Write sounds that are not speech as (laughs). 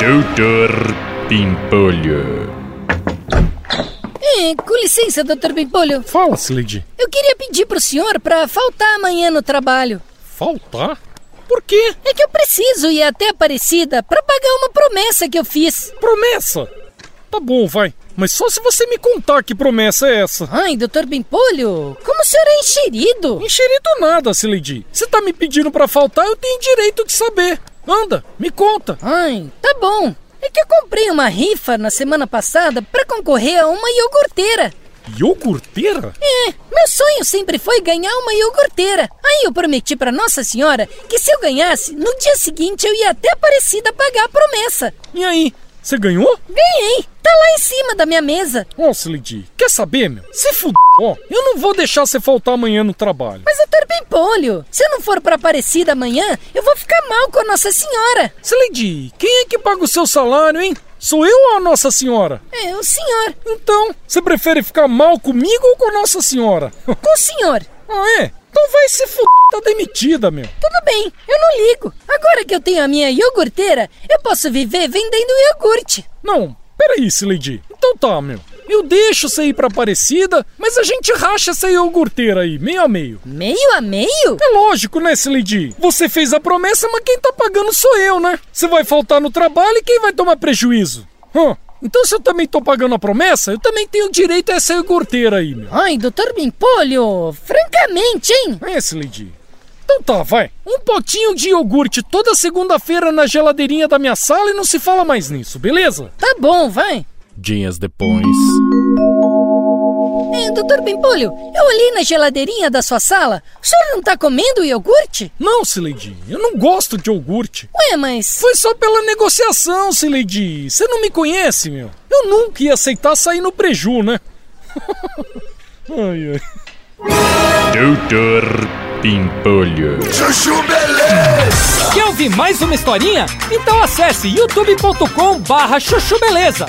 Doutor Pimpolho. É, com licença, Dr. Pimpolho. Fala, Slade. Eu queria pedir pro senhor pra faltar amanhã no trabalho. Faltar? Por quê? É que eu preciso ir até Aparecida pra pagar uma promessa que eu fiz. Promessa! Tá bom, vai. Mas só se você me contar que promessa é essa. Ai, Dr. Bimpolho, como o senhor é enxerido? Enxerido nada, Slade. Você tá me pedindo pra faltar, eu tenho direito de saber. Anda, me conta. Ai, tá bom. É que eu comprei uma rifa na semana passada pra concorrer a uma iogurteira. Iogurteira? É, meu sonho sempre foi ganhar uma iogurteira. Aí eu prometi pra Nossa Senhora que se eu ganhasse, no dia seguinte eu ia até Aparecida pagar a promessa. E aí, você ganhou? Ganhei! Tá lá em cima da minha mesa. Ó, Slade, quer saber, meu? Se fudeu, ó. Eu não vou deixar você faltar amanhã no trabalho. Mas doutor Pimpolho, se eu não for pra Aparecida amanhã, eu vou ficar mal com a Nossa Senhora. Slade, quem é que paga o seu salário, hein? Sou eu ou a Nossa Senhora? É, o senhor. Então, você prefere ficar mal comigo ou com Nossa Senhora? (laughs) Com o senhor. ah, é? Então vai se fuder, tá demitida, meu. Tudo bem, eu não ligo. Agora que eu tenho a minha iogurteira, eu posso viver vendendo iogurte. Não, peraí, Slade. Então tá, meu. Eu deixo você ir pra Aparecida, mas a gente racha essa iogurteira aí, meio a meio. Meio a meio? É lógico, né, Slade? Você fez a promessa, mas quem tá pagando sou eu, né? Você vai faltar no trabalho e quem vai tomar prejuízo? Hã? Então se eu também tô pagando a promessa, eu também tenho direito a essa iogurteira aí, meu. Ai, doutor Bimpolho, francamente, hein? É, Slade. Então tá, vai. Um potinho de iogurte toda segunda-feira na geladeirinha da minha sala e não se fala mais nisso, beleza? Tá bom, vai. Dias depois. É, doutor Bimpolho, eu olhei na geladeirinha da sua sala. O senhor não tá comendo iogurte? Não, Slade, eu não gosto de iogurte. Ué, mas... Foi só pela negociação, Sileidi. Você não me conhece, meu. Eu nunca ia aceitar sair no preju, né? (laughs) ai, ai. Doutor Pimpolho. Quer ouvir mais uma historinha? Então acesse youtube.com barra chuchu beleza.